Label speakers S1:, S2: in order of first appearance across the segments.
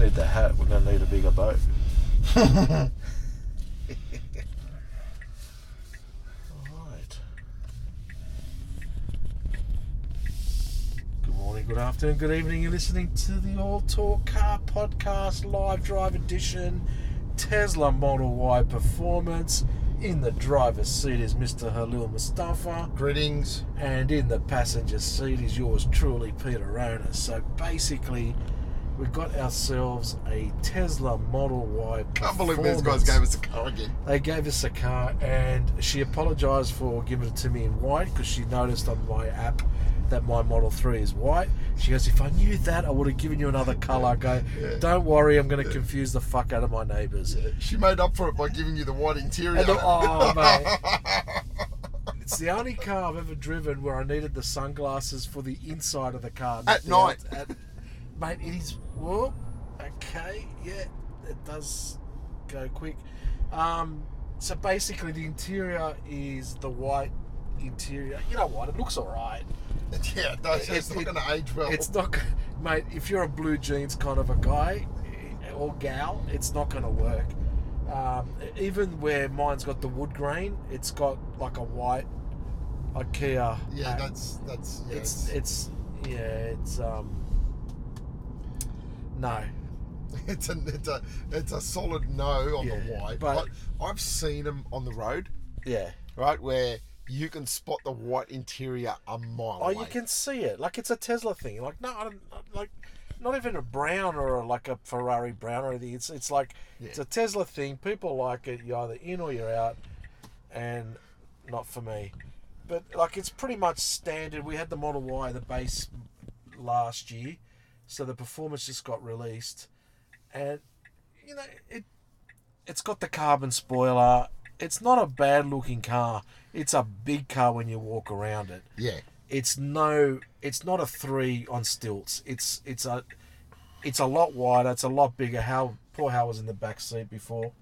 S1: need the hat. We're going to need a bigger boat. Alright. Good morning, good afternoon, good evening. You're listening to the All Talk Car Podcast Live Drive Edition. Tesla Model Y Performance. In the driver's seat is Mr. Halil Mustafa.
S2: Greetings.
S1: And in the passenger seat is yours truly, Peter Rona. So basically, we got ourselves a Tesla Model Y.
S2: Can't believe these guys
S1: Performance.
S2: gave us a car again.
S1: They gave us a car, and she apologised for giving it to me in white because she noticed on my app that my Model Three is white. She goes, "If I knew that, I would have given you another colour." I go,
S2: Yeah.
S1: "Don't worry, I'm going to confuse the fuck out of my neighbours."
S2: She made up for it by giving you the white interior.
S1: And the- oh, mate. It's the only car I've ever driven where I needed the sunglasses for the inside of the car. not
S2: At
S1: the
S2: night.
S1: out- at- mate, it is. Whoa. Okay. Yeah. It does go quick. Um, so basically, the interior is the white interior. You know what? It looks all right.
S2: yeah, it does. It's
S1: It-
S2: not
S1: it-
S2: going to age well.
S1: It's not, g- mate. If you're a blue jeans kind of a guy eh, or gal, it's not going to work. Um, even where mine's got the wood grain, it's got like a white IKEA.
S2: yeah,
S1: hat.
S2: that's that's yeah,
S1: it's
S2: it's,
S1: it's yeah it's um no
S2: it's, a, it's a it's a solid no on the
S1: Yeah,
S2: white.
S1: but-
S2: I, I've seen them on the road,
S1: yeah.
S2: right, where you can spot the white interior a mile
S1: Oh,
S2: away.
S1: you can see it. Like it's a Tesla thing. Like no, I don't uh, like not even a brown or a, like a Ferrari brown or anything. It's it's like it's
S2: Yeah.
S1: a Tesla thing. People like it. You're either in or you're out, and not for me. But like it's pretty much standard. We had the Model Y, the base, last year, so the performance just got released, and you know it. It's got the carbon spoiler. It's not a bad looking car. It's a big car when you walk around it
S2: Yeah,
S1: it's no it's not a three on stilts it's it's a it's a lot wider it's a lot bigger how poor Hal was in the back seat before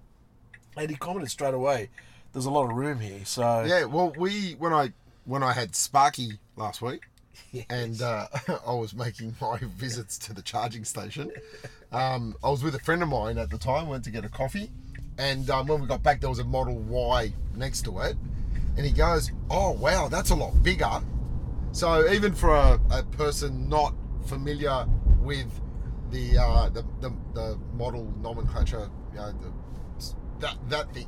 S1: and he commented straight away there's a lot of room here so
S2: yeah. Well, we when I when I had Sparky last week, and uh, I was making my visits to the charging station. Um, I was with a friend of mine at the time, went to get a coffee, and um, when we got back, there was a Model Y next to it, and he goes, "Oh wow, that's a lot bigger." So even for a, a person not familiar with the uh, the, the, the model nomenclature, you know, the, that that thing,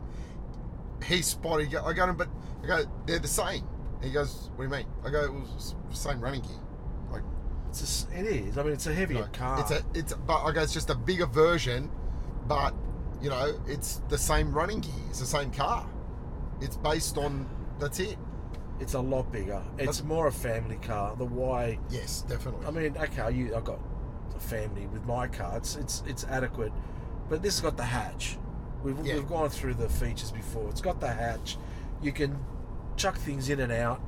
S2: he spotted. I go, but I go, they're the same. He goes, what do you mean? I go, well, it's the same running gear. Like,
S1: it's just, it is I mean it's a
S2: you
S1: heavier
S2: know,
S1: car
S2: it's a, it's, but I go, it's just a bigger version, but you know, it's the same running gear. It's the same car. It's based on. That's it.
S1: it's a lot bigger it's more a family car the Y
S2: Yes, definitely.
S1: I mean okay you I got a family with my car it's it's it's adequate but this has got the hatch we've,
S2: Yeah.
S1: we've gone through the features before it's got the hatch you can chuck things in and out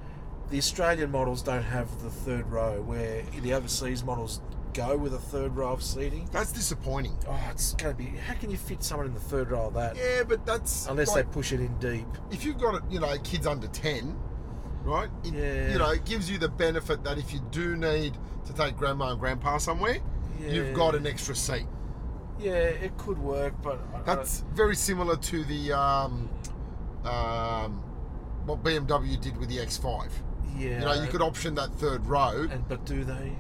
S1: the Australian models don't have the third row where the overseas models go with a third row of seating
S2: that's disappointing.
S1: oh it's going to be how can you fit someone in the third row of that
S2: Yeah, but that's
S1: unless
S2: like,
S1: they push it in deep
S2: if you've got you know kids under 10 right it,
S1: Yeah.
S2: you know it gives you the benefit that if you do need to take grandma and grandpa somewhere
S1: Yeah.
S2: you've got an extra seat
S1: yeah it could work but I- I don't-
S2: that's very similar to the um, um, what bmw did with the x5
S1: yeah
S2: you know you could option that third row
S1: and but do they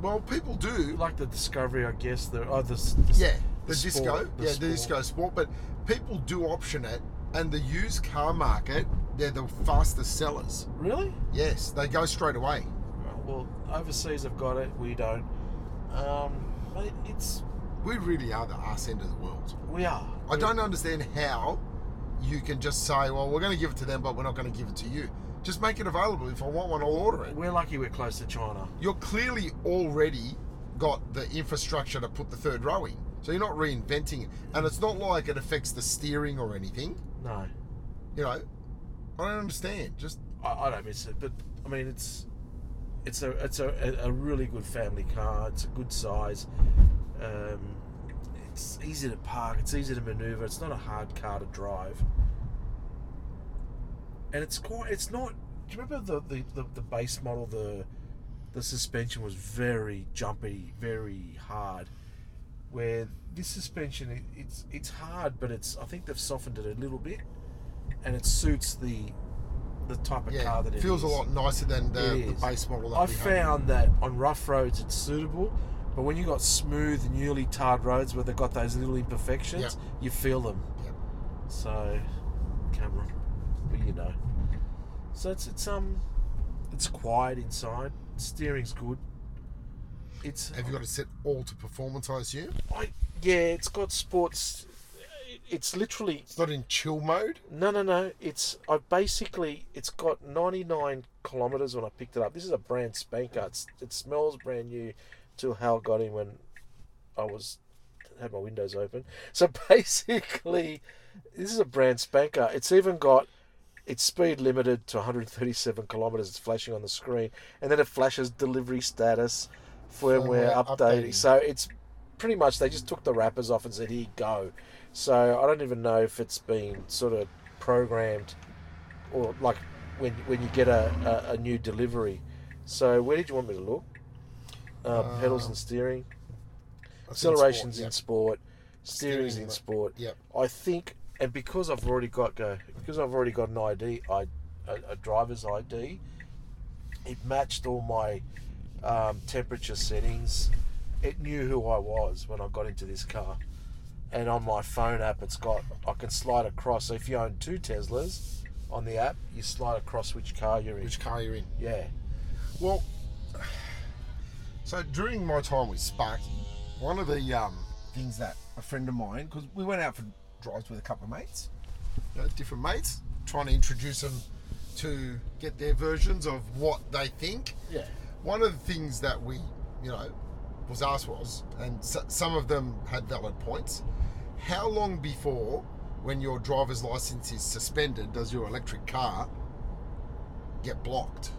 S2: well people do
S1: like the discovery I guess the oh the s-
S2: yeah the,
S1: the
S2: disco
S1: sport, the
S2: yeah the
S1: sport.
S2: disco sport but people do option it and the used car market they're the fastest sellers
S1: really
S2: yes they go straight away
S1: Well, overseas have got it. We don't. Um, but it's
S2: we really are the arse end of the world
S1: we are.
S2: I don't understand how you can just say, well, we're going to give it to them, but we're not going to give it to you. Just make it available. If I want one, I'll order it.
S1: We're lucky we're close to China.
S2: You're clearly already got the infrastructure to put the third row in. So you're not reinventing it. And it's not like it affects the steering or anything.
S1: No,
S2: You know, I don't understand. Just,
S1: I, I don't miss it. But I mean, it's it's a it's a, a, a really good family car. It's a good size. Um, it's easy to park. It's easy to maneuver. It's not a hard car to drive. And it's quite. It's not. Do you remember the the, the, the base model? The the suspension was very jumpy, very hard. where this suspension it, it's it's hard, but it's I think they've softened it a little bit, and it suits the the type of
S2: Yeah,
S1: car that it
S2: feels a
S1: is.
S2: lot nicer than the,
S1: It
S2: the
S1: is.
S2: base model. That
S1: I
S2: we had.
S1: found that on rough roads it's suitable, but when you got smooth, newly tarred roads where they've got those little imperfections,
S2: Yep.
S1: you feel them.
S2: Yep.
S1: So, camera, well, you know. So it's it's um, it's quiet inside. Steering's good. It's
S2: Have you got it set all to performance? I assume
S1: I, yeah, it's got sports. It's literally
S2: it's not in chill mode.
S1: no, no, no. It's I basically it's got 99 kilometers when I picked it up. This is a brand spanker. It's, it smells brand new to how I got in when I was had my windows open. So basically, this is a brand spanker. It's even got it's speed limited to 137 kilometers. It's flashing on the screen, and then it flashes delivery status, firmware,
S2: Firmware
S1: updating.
S2: updating.
S1: So it's pretty much they just took the wrappers off and said, "Here, you go." So I don't even know if it's been sort of programmed, or like when when you get a, a, a new delivery. So where did you want me to look? Uh, pedals and steering.
S2: That's in sport,
S1: Acceleration's
S2: yeah.
S1: in sport, steering's
S2: Steering,
S1: in
S2: like-
S1: sport.
S2: Yep.
S1: I think, and because I've already got go, because I've already got an ID, I, a, a driver's ID, it matched all my um, temperature settings. It knew who I was when I got into this car, and on my phone app, it's got I can slide across. So if you own two Teslas, on the app, you slide across which car you're in.
S2: Which car you're in?
S1: yeah,
S2: Well, so during my time with Sparky, one of the um, things that a friend of mine, because we went out for drives with a couple of mates, you know, different mates, trying to introduce them to get their versions of what they think.
S1: yeah,
S2: One of the things that we, you know, was asked was, and s- some of them had valid points, how long before, when your driver's license is suspended, does your electric car get blocked?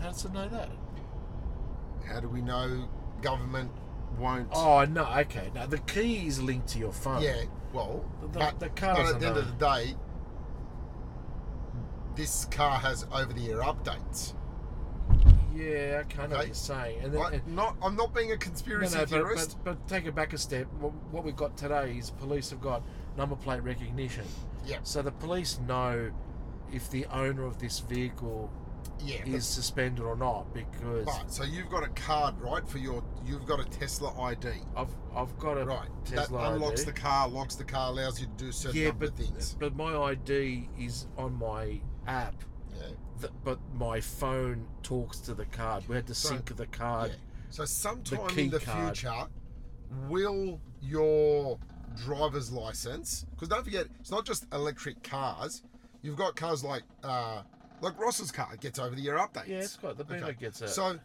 S1: how does it know that?
S2: How do we know government won't?
S1: Oh no, okay. Now the key is linked to your phone.
S2: yeah. Well,
S1: The- the-
S2: but,
S1: the car
S2: but
S1: doesn't
S2: at the end
S1: know.
S2: of the day, this car has over-the-air updates.
S1: Yeah, okay, I know what
S2: Okay.
S1: you're saying. And then,
S2: I,
S1: and-
S2: not, I'm not being a
S1: no,
S2: conspiracy
S1: no, but,
S2: theorist.
S1: but, but take it back a step. What, what we've got today is police have got number plate recognition.
S2: Yeah.
S1: So the police know if the owner of this vehicle
S2: yeah.
S1: is suspended or not because
S2: Right. So you've got a card, right? For your, you've got a Tesla ID,
S1: I've I've got a
S2: right?
S1: Tesla
S2: that unlocks
S1: ID.
S2: the car, locks the car, allows you to do certain
S1: yeah,
S2: number
S1: but
S2: of things.
S1: but my ID is on my app.
S2: Yeah.
S1: th- But my phone talks to the card. We had to
S2: So,
S1: sync the card.
S2: yeah. So sometime
S1: key
S2: in the
S1: card.
S2: future, will your driver's license? Because don't forget, it's not just electric cars. You've got cars like uh, like Ross's car gets over the year updates.
S1: Yeah, it's got the Beamer gets it.
S2: So,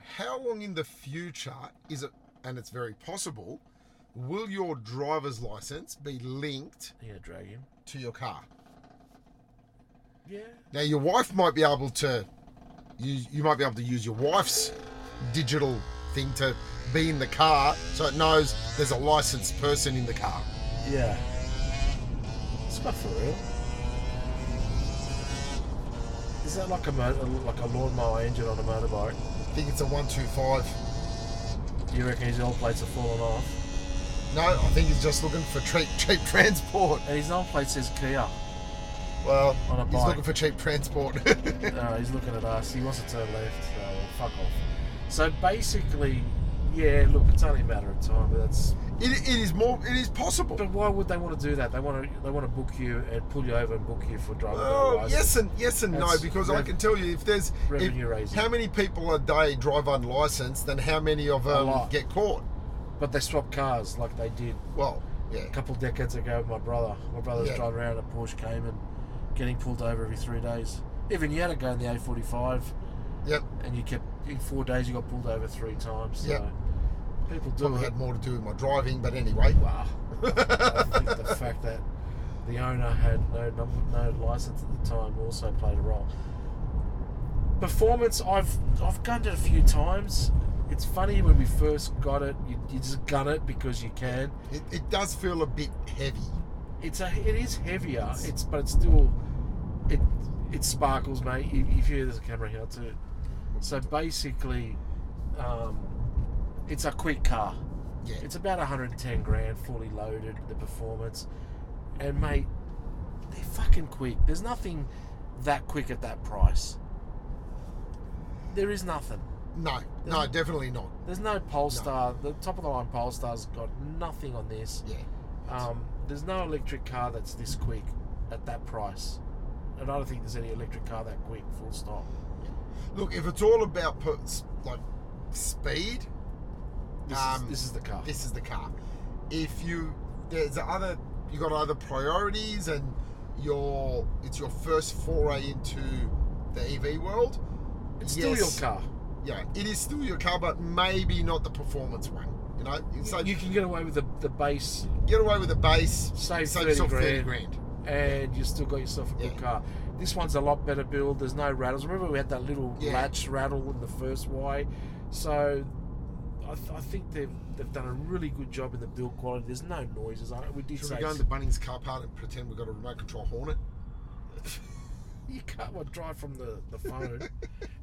S2: how long in the future is it? And it's very possible. Will your driver's license be linked
S1: yeah, drag him.
S2: to your car?
S1: Yeah.
S2: Now, your wife might be able to, you, you might be able to use your wife's digital thing to be in the car so it knows there's a licensed person in the car.
S1: Yeah. It's not for real. Is that like a motor, like a lawnmower engine on a motorbike?
S2: I think it's a 125.
S1: Do you reckon his old plates have fallen off?
S2: No, I think he's just looking for cheap, cheap transport.
S1: And his old plate says Kia.
S2: Well,
S1: On a
S2: he's
S1: bike.
S2: looking for cheap transport.
S1: Uh, he's looking at us. He wants to turn left. So fuck off. So basically, yeah. Look, it's only a matter of time. But that's.
S2: it, it is more, it is possible.
S1: But why would they want to do that? They want to. They want to book you and pull you over and book you for driving. without a
S2: Oh,
S1: license.
S2: yes and yes and no,
S1: That's
S2: because I
S1: rev-
S2: can tell you if there's if-
S1: revenue raising.
S2: how many people a day drive unlicensed, then how many of them
S1: lot.
S2: get caught?
S1: But they swap cars like they did
S2: Well, yeah.
S1: a couple decades ago with my brother. My brother's
S2: Yeah.
S1: driving around in a Porsche Cayman, getting pulled over every three days. Even you had to go in the A45,
S2: Yep.
S1: and you kept in four days you got pulled over three times. So
S2: Yeah.
S1: people do
S2: Probably
S1: it.
S2: had more to do with my driving, but anyway.
S1: Wow. I think the fact that the owner had no num- no license at the time also played a role. Performance, I've I've gunned it a few times. It's funny when we first got it, you, you just gun it because you can.
S2: It, it does feel a bit heavy.
S1: it's a it is heavier. It's but it's still it it sparkles, mate. If if you there's a camera here too. So basically, um, it's a quick car.
S2: Yeah.
S1: It's about 110 grand, fully loaded, the performance. And mate, they're fucking quick. There's nothing that quick at that price. There is nothing.
S2: No, no, definitely not.
S1: There's no Polestar. The top of the line Polestar's got nothing on this.
S2: Yeah.
S1: Um, there's no electric car that's this quick at that price. And I don't think there's any electric car that quick, full stop.
S2: Look, if it's all about per, s- like speed,
S1: This,
S2: Um,
S1: is, this is the car.
S2: this is the car. If you there's other you got other priorities and your it's your first foray into the EV world.
S1: it's still
S2: yes.
S1: your car.
S2: Yeah, it is still your car, but maybe not the performance one. You know, so
S1: you can get away with the, the base
S2: get away with a base,
S1: Save
S2: save
S1: 30
S2: yourself thirty
S1: grand.
S2: grand.
S1: and you still got yourself a good
S2: Yeah.
S1: car. This one's a lot better build. There's no rattles. Remember we had that little
S2: Yeah.
S1: latch rattle in the first Y, so I, th- I think they've they've done a really good job in the build quality. There's no noises. I, we did
S2: Should
S1: say
S2: we go into Bunnings car park and pretend we've got a remote control Hornet?
S1: you can't well, drive from the the phone.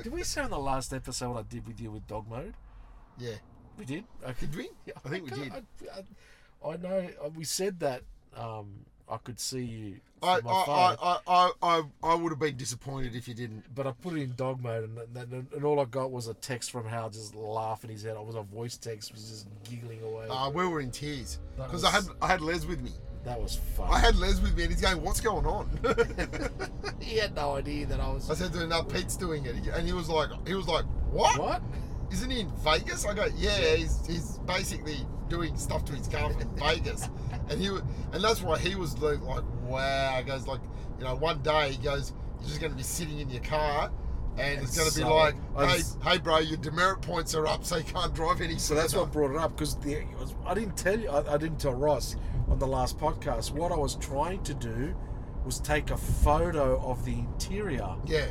S1: did we say on the last episode what I did with you with dog mode?
S2: Yeah,
S1: We did. Okay.
S2: did we?
S1: Yeah,
S2: I think we did.
S1: can't- I, I, I know uh, we said that um, I could see you.
S2: I I,
S1: from my phone.
S2: I, I, I, I, I would have been disappointed if you didn't.
S1: but I put it in dog mode, and, and, and all I got was a text from Hal just laughing his head. off. It was a voice text, was just giggling away.
S2: Uh, we were in tears
S1: That
S2: because I had
S1: was-
S2: I had Les with me.
S1: that was fun.
S2: I had Les with me, and he's going, "What's going on?"
S1: he had no idea that I was.
S2: I said to him, "No, Pete's doing it," and he was like, "He was like, what?
S1: what?
S2: Isn't he in Vegas?" I go, "Yeah, he's, he's basically doing stuff to his car from Vegas," and he wa- and that's why he was like, like, "Wow," goes like, you know, one day he goes, "You're just going to be sitting in your car." And
S1: It's
S2: it's going to be
S1: so-
S2: like,
S1: I
S2: hey,
S1: was-
S2: hey, bro, your demerit points are up, so you can't drive any.
S1: So that's
S2: further."
S1: what brought it up because I didn't tell you. I, I didn't tell Ross on the last podcast. What I was trying to do was take a photo of the interior
S2: Yeah,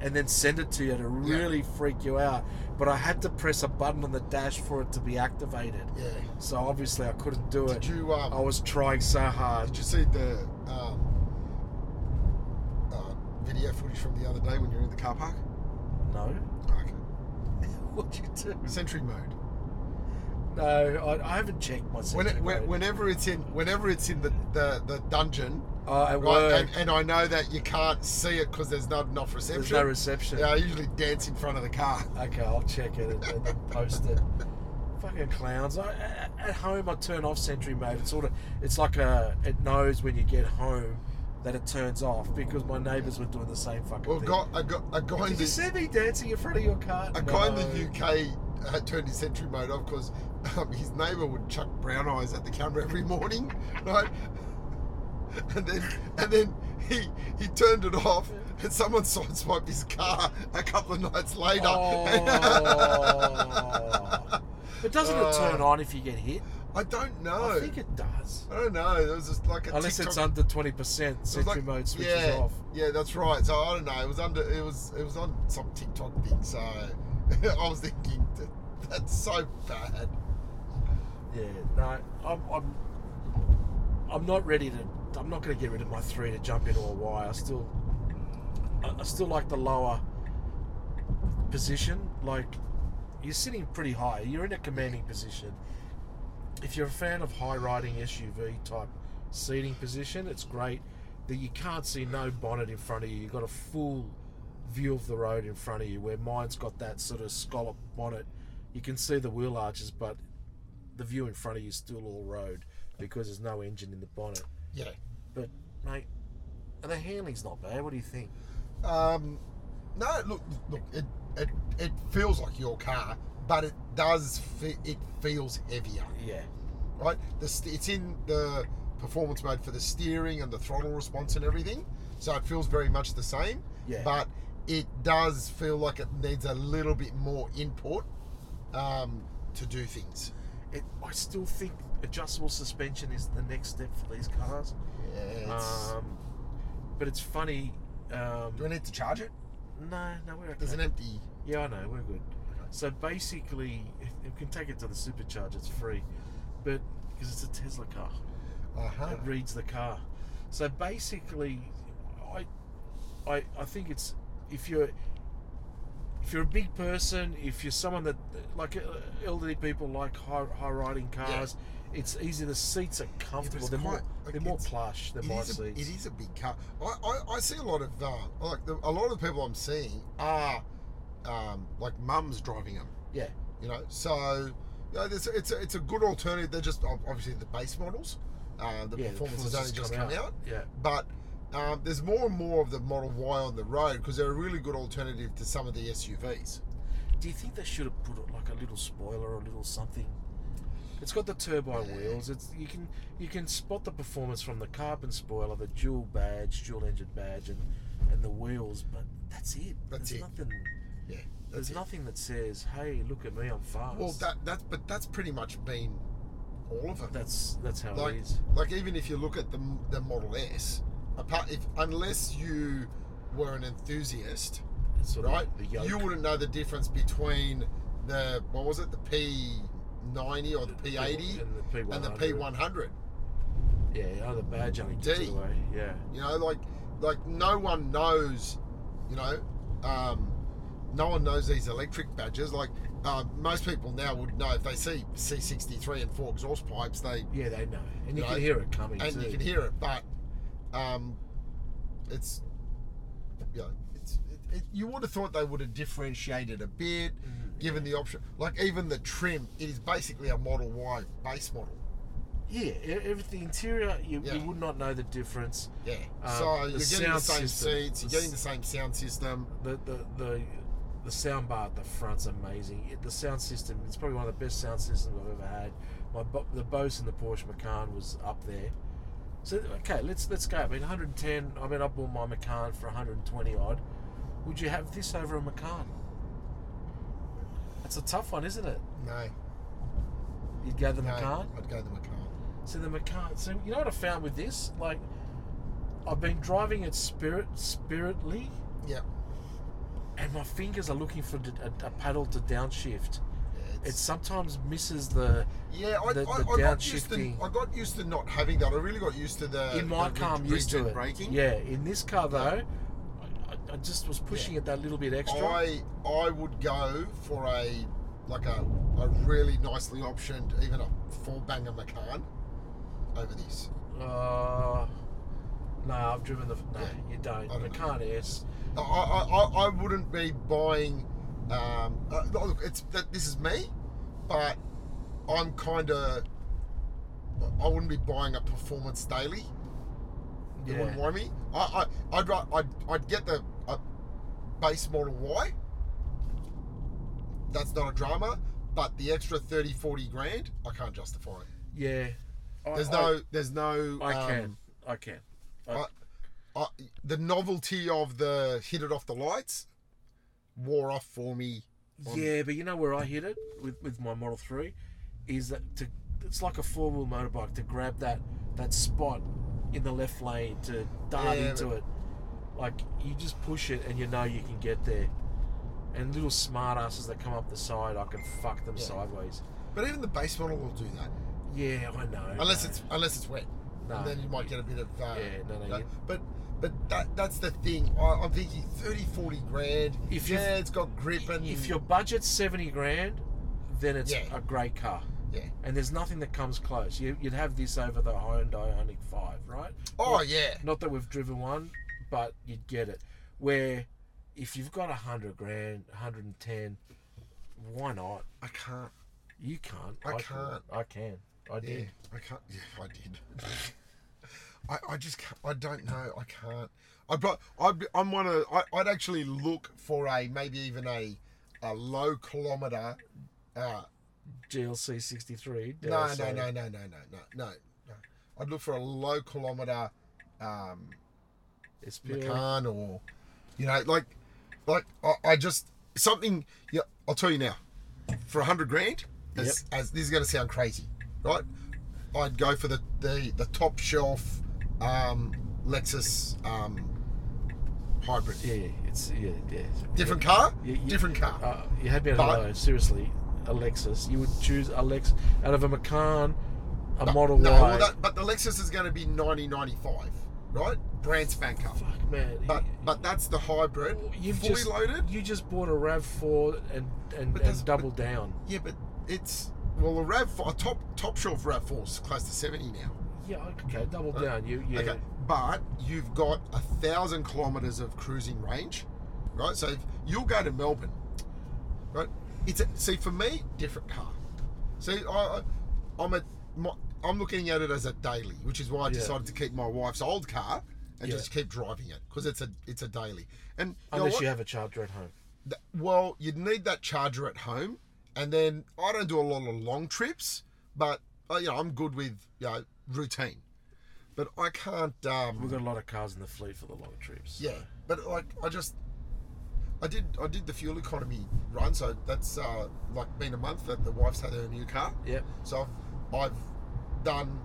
S1: and then send it to you to really freak you out. But I had to press a button on the dash for it to be activated.
S2: yeah.
S1: So obviously I couldn't do it.
S2: Did you um,
S1: I was trying so hard.
S2: Did you see the um, uh, video footage from the other day when you were in the car park?
S1: No.
S2: Okay.
S1: What'd you do?
S2: Sentry mode.
S1: No, I, I haven't checked myself.
S2: When it, when, whenever it's in, whenever it's in the the, the dungeon,
S1: oh, at work,
S2: right? And, and I know that you can't see it because there's not enough reception.
S1: there's no reception.
S2: Yeah, I usually dance in front of the car.
S1: Okay, I'll check it and, and post it. Fucking clowns! I, at- at home, I turn off Sentry Mode. It's sort of, it's like a, it knows when you get home that it turns off because my neighbours were doing the same fucking
S2: Well,
S1: thing.
S2: got a, gu- a guy
S1: Did
S2: in
S1: you
S2: the,
S1: see me dancing in front of your car?
S2: a guy in the UK had turned his sentry mode off because um, his neighbour would chuck brown eyes at the camera every morning, right? and then and then he he turned it off and someone sideswiped his car a couple of nights later.
S1: Oh. but doesn't it turn
S2: Uh,
S1: on if you get hit?
S2: I don't know.
S1: I
S2: I,
S1: think it does.
S2: don't know. There was just like a
S1: Unless
S2: TikTok,
S1: it's under twenty percent,
S2: it was
S1: Sentry
S2: like-
S1: Mode switches
S2: yeah,
S1: off.
S2: Yeah, that's right. So I don't know. It was under. It was it was on some TikTok thing. So I was thinking that, that's so bad.
S1: Yeah, no, I'm, I'm, I'm not ready to. I'm not going to get rid of my three to jump into a Y. I still, I, I still like the lower position. Like, you're sitting pretty high. You're in a commanding position. If you're a fan of high riding SUV type seating position, it's great that you can't see no bonnet in front of you. You've got a full view of the road in front of you. Where mine's got that sort of scallop bonnet, you can see the wheel arches, but the view in front of you is still all road because there's no engine in the bonnet.
S2: Yeah.
S1: But mate, and the handling's not bad. What do you think?
S2: Um, no, look, look, it, it it feels like your car, but it does fe- it feels heavier,
S1: Yeah,
S2: right? The st- it's in the performance mode for the steering and the throttle response and everything, so it feels very much the same.
S1: Yeah.
S2: But it does feel like it needs a little bit more input um, to do things.
S1: it, I still think adjustable suspension is the next step for these cars.
S2: Yeah, it's-
S1: Um, but it's funny. Um,
S2: do we need to charge it?
S1: no, no, we're okay.
S2: There's an empty.
S1: Yeah, I know, we're good. So basically, if, if we can take it to the supercharger, it's free, but because it's a Tesla car.
S2: Uh huh.
S1: it reads the car. So basically, I, I, I think it's if you're if you're a big person, if you're someone that like uh, elderly people like high, high riding cars, it's easy. The seats are comfortable.
S2: it's
S1: they're more
S2: quite-
S1: they're more
S2: it's-
S1: plush than
S2: It
S1: my
S2: is, a, it
S1: seats.
S2: is a big car. I, I, I see a lot of uh, like the, a lot of the people I'm seeing are um, like mums driving them.
S1: Yeah,
S2: You know, so you know, there's, it's a, it's a good alternative. They're just ob- obviously the base models. Uh, the
S1: yeah.
S2: performance has only just come out,
S1: Yeah,
S2: but um, there's more and more of the Model Y on the road because they're a really good alternative to some of the SUVs.
S1: Do you think they should have put like a little spoiler or a little something? It's got the turbo
S2: Yeah.
S1: wheels. It's you can you can spot the performance from the carbon spoiler, the dual badge, dual engine badge, and and the wheels. But that's it.
S2: That's
S1: There's
S2: it.
S1: Nothing.
S2: Yeah,
S1: There's
S2: that's it.
S1: nothing that says, "Hey, look at me, I'm fast."
S2: Well, that that's but that's pretty much been all of them.
S1: that's that's how
S2: like
S1: it is.
S2: like even if you look at the the Model S, apart if unless you were an enthusiast,
S1: It's sort
S2: right,
S1: of the yoke.
S2: you wouldn't know the difference between the what was it the P ninety or the P eighty
S1: and the P one
S2: and the P one hundred.
S1: Yeah, oh, the badge only gives it
S2: D.
S1: away. Yeah,
S2: You know, like like no one knows, you know, um, no one knows these electric badges. Like uh, most people now would know if they see C sixty three and four exhaust pipes, they
S1: yeah, they know, and you
S2: You
S1: can
S2: know,
S1: hear it coming.
S2: and
S1: too.
S2: you can hear it, but um, it's yeah, it's it, it, you would have thought they would have differentiated a bit,
S1: Mm-hmm.
S2: given the option. Like even the trim, it is basically a Model Y base model.
S1: Yeah, e- everything interior, you, you
S2: Yeah.
S1: would not know the difference.
S2: Yeah,
S1: Um,
S2: so
S1: the
S2: you're getting the
S1: sound
S2: same
S1: system.
S2: seats, you're getting the same sound system.
S1: The the the, the sound bar at the front's amazing. It, the sound system, it's probably one of the best sound systems I've ever had. My Bo- the Bose in the Porsche Macan was up there. So okay, let's let's go. I mean, 110. I mean, I bought my Macan for 120 odd. Would you have this over a Macan? That's a tough one, isn't it?
S2: No,
S1: You'd go the
S2: no,
S1: Macan.
S2: I'd go the Macan.
S1: So the Macan. So you know what I found with this? Like, I've been driving it spirit spiritly,
S2: Yeah,
S1: and my fingers are looking for d- a, a paddle to downshift.
S2: yeah,
S1: It sometimes misses the.
S2: yeah. I,
S1: the-
S2: I,
S1: the
S2: I got used to
S1: downshifting.
S2: I got used to not having that. I really got used to the
S1: in my
S2: the
S1: car, I'm
S2: reg-
S1: used to
S2: regen
S1: it.
S2: braking.
S1: Yeah, in this car though, I, I- I just was pushing it that little bit extra.
S2: I I would go for a like a, a really nicely optioned, even a full banger Macan over this.
S1: Uh, no, I've driven the. No,
S2: Yeah.
S1: you don't.
S2: I don't know.
S1: Macan S.
S2: I I, I, I wouldn't be buying. Um, uh, no, look, it's that this is me, but I'm kind of. I wouldn't be buying a performance daily. It
S1: Yeah.
S2: wouldn't worry me. I, I I'd, ra- I'd I'd get the a base model Y. That's not a drama, but the extra 30, 40 grand, I can't justify it.
S1: Yeah. I-
S2: There's
S1: I-
S2: no, there's no.
S1: I
S2: um,
S1: can. I can. I,
S2: I- I, the novelty of the hit it off the lights wore off for me. on-
S1: Yeah, but you know where I hit it with, with my Model Three, is that to it's like a four wheel motorbike to grab that that spot in the left lane to dart
S2: Yeah,
S1: into it. Like you just push it and you know you can get there. And little smart asses that come up the side, I can fuck them
S2: Yeah.
S1: sideways.
S2: But even the base model will do that,
S1: Yeah, I know.
S2: unless
S1: no.
S2: it's unless it's wet.
S1: No.
S2: And then you might get a bit of uh,
S1: Yeah, no, no,
S2: that.
S1: you-
S2: but but that that's the thing. I, I'm thinking 30, 40 grand.
S1: If you-
S2: yeah, it's got grip and
S1: if your budget's seventy grand, then it's
S2: Yeah.
S1: a great car.
S2: yeah.
S1: And there's nothing that comes close. You, you'd have this over the Hyundai Ionic Five, right?
S2: Oh yeah,
S1: Not that we've driven one, but you'd get it. Where if you've got a hundred grand, hundred and ten, why not?
S2: I can't.
S1: You can't.
S2: I
S1: can.
S2: can't.
S1: I can. I
S2: Yeah,
S1: did.
S2: I can't. Yeah, I did. I, I just can't, I don't know. I can't. I but I'd, be- I'm one of I, I'd actually look for a maybe even a a low kilometer. Uh,
S1: GLC sixty three.
S2: no, no, no, no, no, no, no, no, no. I'd look for a low kilometer um,
S1: It's pure.
S2: Macan or you know like like I, I just something. Yeah, I'll tell you now. For a hundred grand, as, as this is going to sound crazy, right? I'd go for the the, the top shelf um, Lexus um, hybrid.
S1: Yeah, it's yeah, yeah.
S2: Different car,
S1: Yeah, yeah.
S2: different car.
S1: Uh, you had me at
S2: But-
S1: hello. Seriously, Alexis, you would choose Alex out of a Macan, a
S2: But-
S1: Model
S2: no,
S1: Y.
S2: well, that, but the Lexus is going to be ninety ninety five, right? brand spanker.
S1: Fuck, man.
S2: But but that's the hybrid,
S1: You've
S2: fully
S1: just,
S2: loaded.
S1: You just bought a Rav Four and and,
S2: But that's-
S1: and doubled down.
S2: Yeah, but it's well a Rav a top top shelf Rav four is close to seventy now.
S1: Yeah, okay, doubled down. You yeah.
S2: Okay, but you've got a thousand kilometers of cruising range, right? So if you'll go to Melbourne, right? It's a, see for me different car. See, I, I- I'm a my, I'm looking at it as a daily, which is why I
S1: Yeah.
S2: decided to keep my wife's old car and
S1: Yeah.
S2: just keep driving it because it's a it's a daily. And you know
S1: Unless
S2: what?
S1: you have a charger at home.
S2: Th- well, you'd need that charger at home, and then I don't do a lot of long trips, but uh, you know I'm good with you know, routine. But I can't. Um,
S1: We've got a lot of cars in the fleet for the long trips.
S2: yeah, but like I just, I did I did the fuel economy run, so that's uh, like been a month that the wife's had her new car.
S1: Yep.
S2: So I've, I've done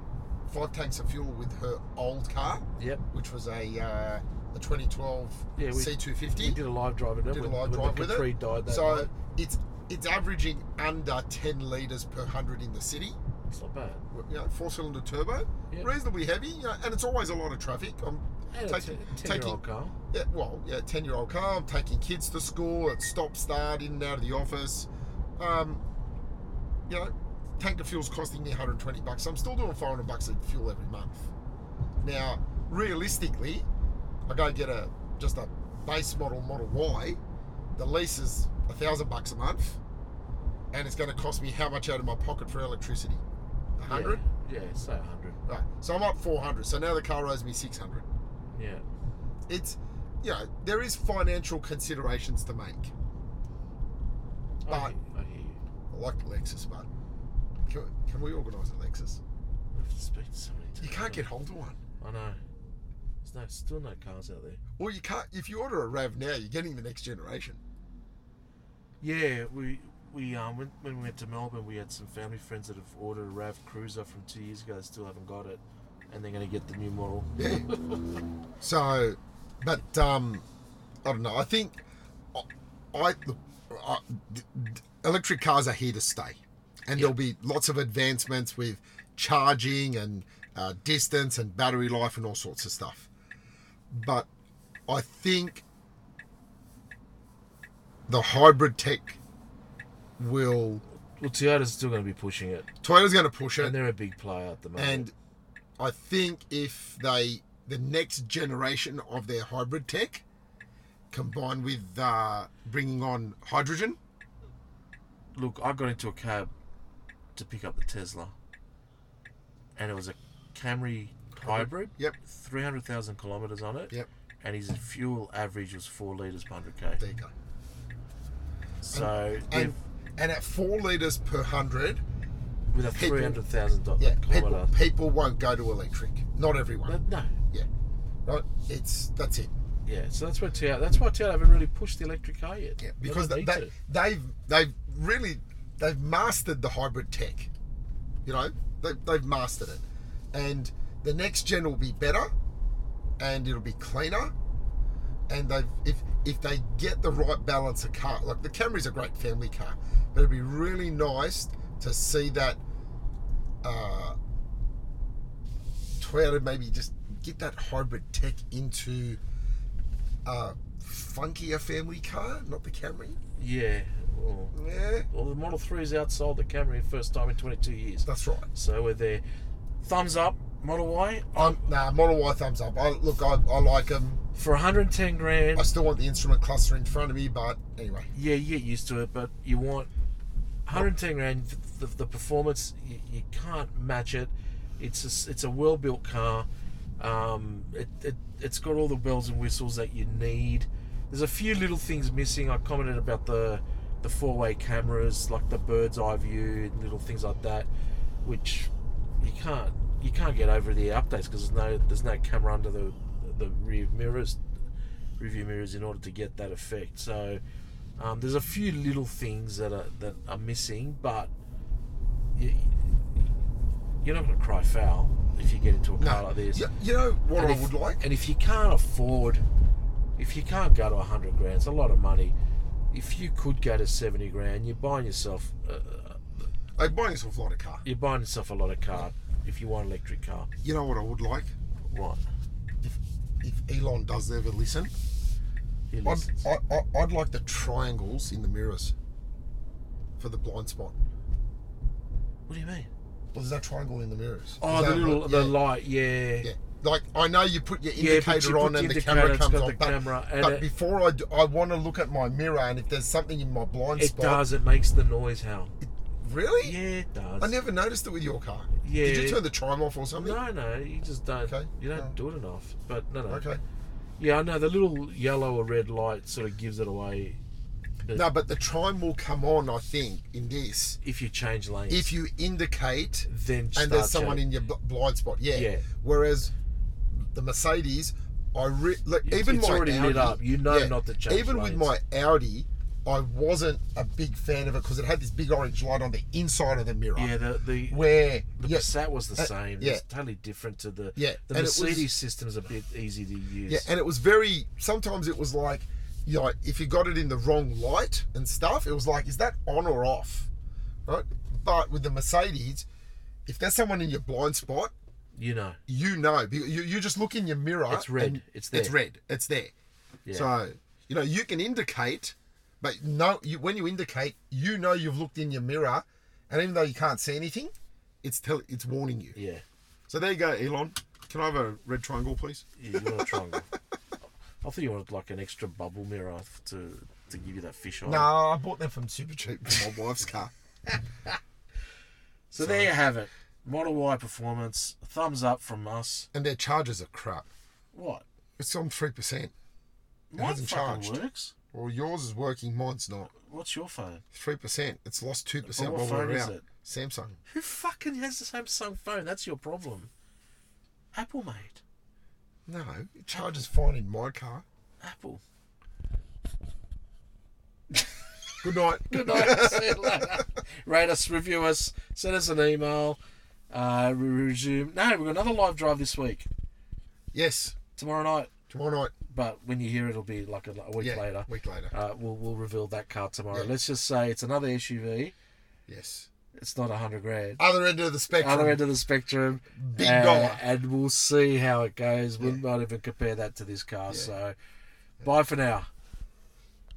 S2: five tanks of fuel with her old car,
S1: Yep.
S2: which was a uh, a 2012
S1: Yeah, we-
S2: C250.
S1: We did a live drive with it.
S2: did
S1: when,
S2: a live
S1: when
S2: drive
S1: the
S2: with it.
S1: Capri died that
S2: so
S1: night.
S2: it's it's averaging under 10 litres per hundred in the city.
S1: It's not bad.
S2: You know, four cylinder turbo,
S1: Yeah.
S2: reasonably heavy, you know, and it's always a lot of traffic. I'm
S1: And it's a
S2: taking, taking
S1: ten-year-old car.
S2: yeah, well, yeah, 10 year old car, I'm taking kids to school, it's stop, start, in and out of the office. Um, you know, tank of fuel's costing me 120 bucks. I'm still doing 400 bucks of fuel every month. Now, realistically, I go get a just a base model Model Y, the lease is a thousand bucks a month, and it's going to cost me how much out of my pocket for electricity? A hundred?
S1: Yeah, yeah say hundred.
S2: Right. So I'm up 400. So now the car owes me 600
S1: Yeah.
S2: it's you know there is financial considerations to make
S1: I
S2: But-
S1: hear, I hear you.
S2: i like the lexus but can, can we organise a lexus
S1: I've spoken to so many times.
S2: you can't get hold of one
S1: I know. There's no, still no cars out there.
S2: or you can't if you order a rav now you're getting the next generation
S1: Yeah, we we um when, when we went to Melbourne, we had some family friends that have ordered a Rav Cruiser from two years ago. They still haven't got it, and they're going to get the new model.
S2: yeah so but um i don't know i think i, I look I, d- d- electric cars are here to stay and there'll be lots of advancements with charging and uh, distance and battery life and all sorts of stuff but I think the hybrid tech will
S1: Well, Toyota's still going to be pushing it,
S2: Toyota's going to push
S1: and
S2: it,
S1: they're a big player at the moment.
S2: and I think if they the next generation of their hybrid tech combined with uh, bringing on hydrogen,
S1: look, I got into a cab to pick up the Tesla, and it was a Camry hybrid.
S2: Yep.
S1: Three hundred thousand kilometers on it.
S2: Yep.
S1: And his fuel average was four liters per hundred k.
S2: there you go.
S1: So
S2: And
S1: with-
S2: and at four liters per hundred,
S1: with a
S2: people-
S1: three hundred thousand
S2: yeah,
S1: thousand
S2: people,
S1: kilometer,
S2: people won't go to electric. Not everyone.
S1: But no,
S2: yeah, right. It's that's it.
S1: Yeah, so that's why Toyota. That's why Toyota haven't really pushed the electric car yet.
S2: Yeah, because
S1: they
S2: they,
S1: need
S2: they, they've they've really they've mastered the hybrid tech. You know, they, they've mastered it, and the next gen will be better, and it'll be cleaner, and they've if if they get the right balance of car, like the Camry's a great family car, but it'd be really nice to see that uh, Toyota maybe just get that hybrid tech into a funkier family car, not the Camry.
S1: to. Yeah. Well,
S2: Yeah,
S1: well, the Model 3 has outsold the Camry first time in 22 years.
S2: that's right.
S1: So we're there. Thumbs up, Model Y. uh,
S2: Um, nah, Model Y thumbs up. I, look, I, I like them.
S1: For 110 grand,
S2: I still want the instrument cluster in front of me, but anyway.
S1: yeah, you get used to it, but you want 110 grand. The, the, the performance, you, you can't match it. It's a, s- it's a well built car. Um, it, it, it's got all the bells and whistles that you need. There's a few little things missing. I commented about the the four way cameras, like the bird's eye view, and little things like that, which you can't you can't get over the updates because there's no there's no camera under the the rear mirrors review mirrors in order to get that effect. So um, there's a few little things that are that are missing, but you, you're not going to cry foul if you get into a car like this.
S2: You, you know what
S1: And
S2: I
S1: if-
S2: would like?
S1: And if you can't afford, if you can't go to 100 grand, it's a lot of money. If you could go to 70 grand, you're buying yourself uh,
S2: Like buying yourself a lot of car.
S1: you're buying yourself a lot of car if you want an electric car.
S2: You know what I would like?
S1: What?
S2: if Elon does ever listen,
S1: He
S2: I'd,
S1: listens.
S2: I, I, I'd like the triangles in the mirrors for the blind spot.
S1: What do you mean?
S2: Well, there's no triangle in the mirrors.
S1: Oh,
S2: There's
S1: the
S2: no-
S1: little the
S2: yeah,
S1: light. Yeah.
S2: yeah. Like I know you put your
S1: Yeah,
S2: indicator
S1: but you put
S2: on
S1: the
S2: and the
S1: indicator,
S2: camera
S1: it's
S2: comes
S1: got
S2: on,
S1: the
S2: but,
S1: camera, and
S2: but
S1: it-
S2: before I, do, I want to look at my mirror and if there's something in my blind
S1: It
S2: spot,
S1: does. It makes the noise, Hal.
S2: Really?
S1: Yeah, it does.
S2: I never noticed it with your car.
S1: Yeah.
S2: Did you turn the chime off or something?
S1: No, no, you just don't.
S2: Okay.
S1: You don't
S2: No.
S1: do it enough. But no, no.
S2: Okay.
S1: Yeah, I know the little yellow or red light sort of gives it away. But
S2: No, but the chime will come on, I think, in this
S1: If you change lanes,
S2: if you indicate
S1: then
S2: and there's someone in your bl- blind spot. Yeah.
S1: Yeah.
S2: Whereas the Mercedes, I re- look
S1: It's-
S2: even
S1: it's
S2: my
S1: already
S2: Audi,
S1: lit up. You know not to change
S2: Even with my
S1: lanes.
S2: Audi, I wasn't a big fan of it because it had this big orange light on the inside of the mirror.
S1: Yeah, the the,
S2: Where
S1: the
S2: yeah,
S1: Passat was the
S2: Uh,
S1: same.
S2: yeah.
S1: It's totally different to the
S2: Yeah,
S1: The
S2: and it was-
S1: Mercedes system's a bit easy to use.
S2: Yeah, and it was very. Sometimes it was like, you know, if you got it in the wrong light and stuff, it was like, is that on or off, right? But with the Mercedes, if there's someone in your blind spot,
S1: you know.
S2: you know, you, you you just look in your mirror.
S1: It's red.
S2: and
S1: It's there.
S2: It's red. It's there.
S1: Yeah.
S2: So you know you can indicate, but no, you, when you indicate, you know you've looked in your mirror, and even though you can't see anything, it's tell it's warning you.
S1: Yeah.
S2: So there you go, Elon. Can I have a red triangle, please?
S1: Yeah, you want a triangle. I thought you wanted like an extra bubble mirror to to give you that fish eye.
S2: No, I bought them from Super Cheap for my wife's car.
S1: So there you have it. Model Y performance. Thumbs up from us.
S2: and their charges are crap.
S1: What?
S2: It's on three percent.
S1: Mine
S2: hasn't
S1: fucking
S2: charged.
S1: works.
S2: Well, yours is working, mine's not.
S1: What's your phone?
S2: Three percent. It's lost two percent
S1: But
S2: while
S1: what
S2: we
S1: phone
S2: we're
S1: is
S2: out.
S1: it?
S2: Samsung.
S1: Who fucking has a Samsung phone? That's your problem. Apple, mate.
S2: No, it charges fine in my car.
S1: Apple.
S2: Good night.
S1: Good night. See you later. Rate us, review us, send us an email. Uh, we resume. No, we've got another live drive this week,
S2: yes.
S1: tomorrow night.
S2: Tomorrow night.
S1: But when you hear it, it'll be like a, a week
S2: yeah.
S1: later.
S2: Week later.
S1: Uh, we'll, we'll reveal that car tomorrow.
S2: Yeah.
S1: Let's just say it's another SUV.
S2: yes.
S1: It's not a 100 grand.
S2: Other end of the spectrum.
S1: Other end of the spectrum.
S2: Big
S1: uh,
S2: dollar.
S1: And we'll see how it goes. We might even compare that to this car. So bye for now.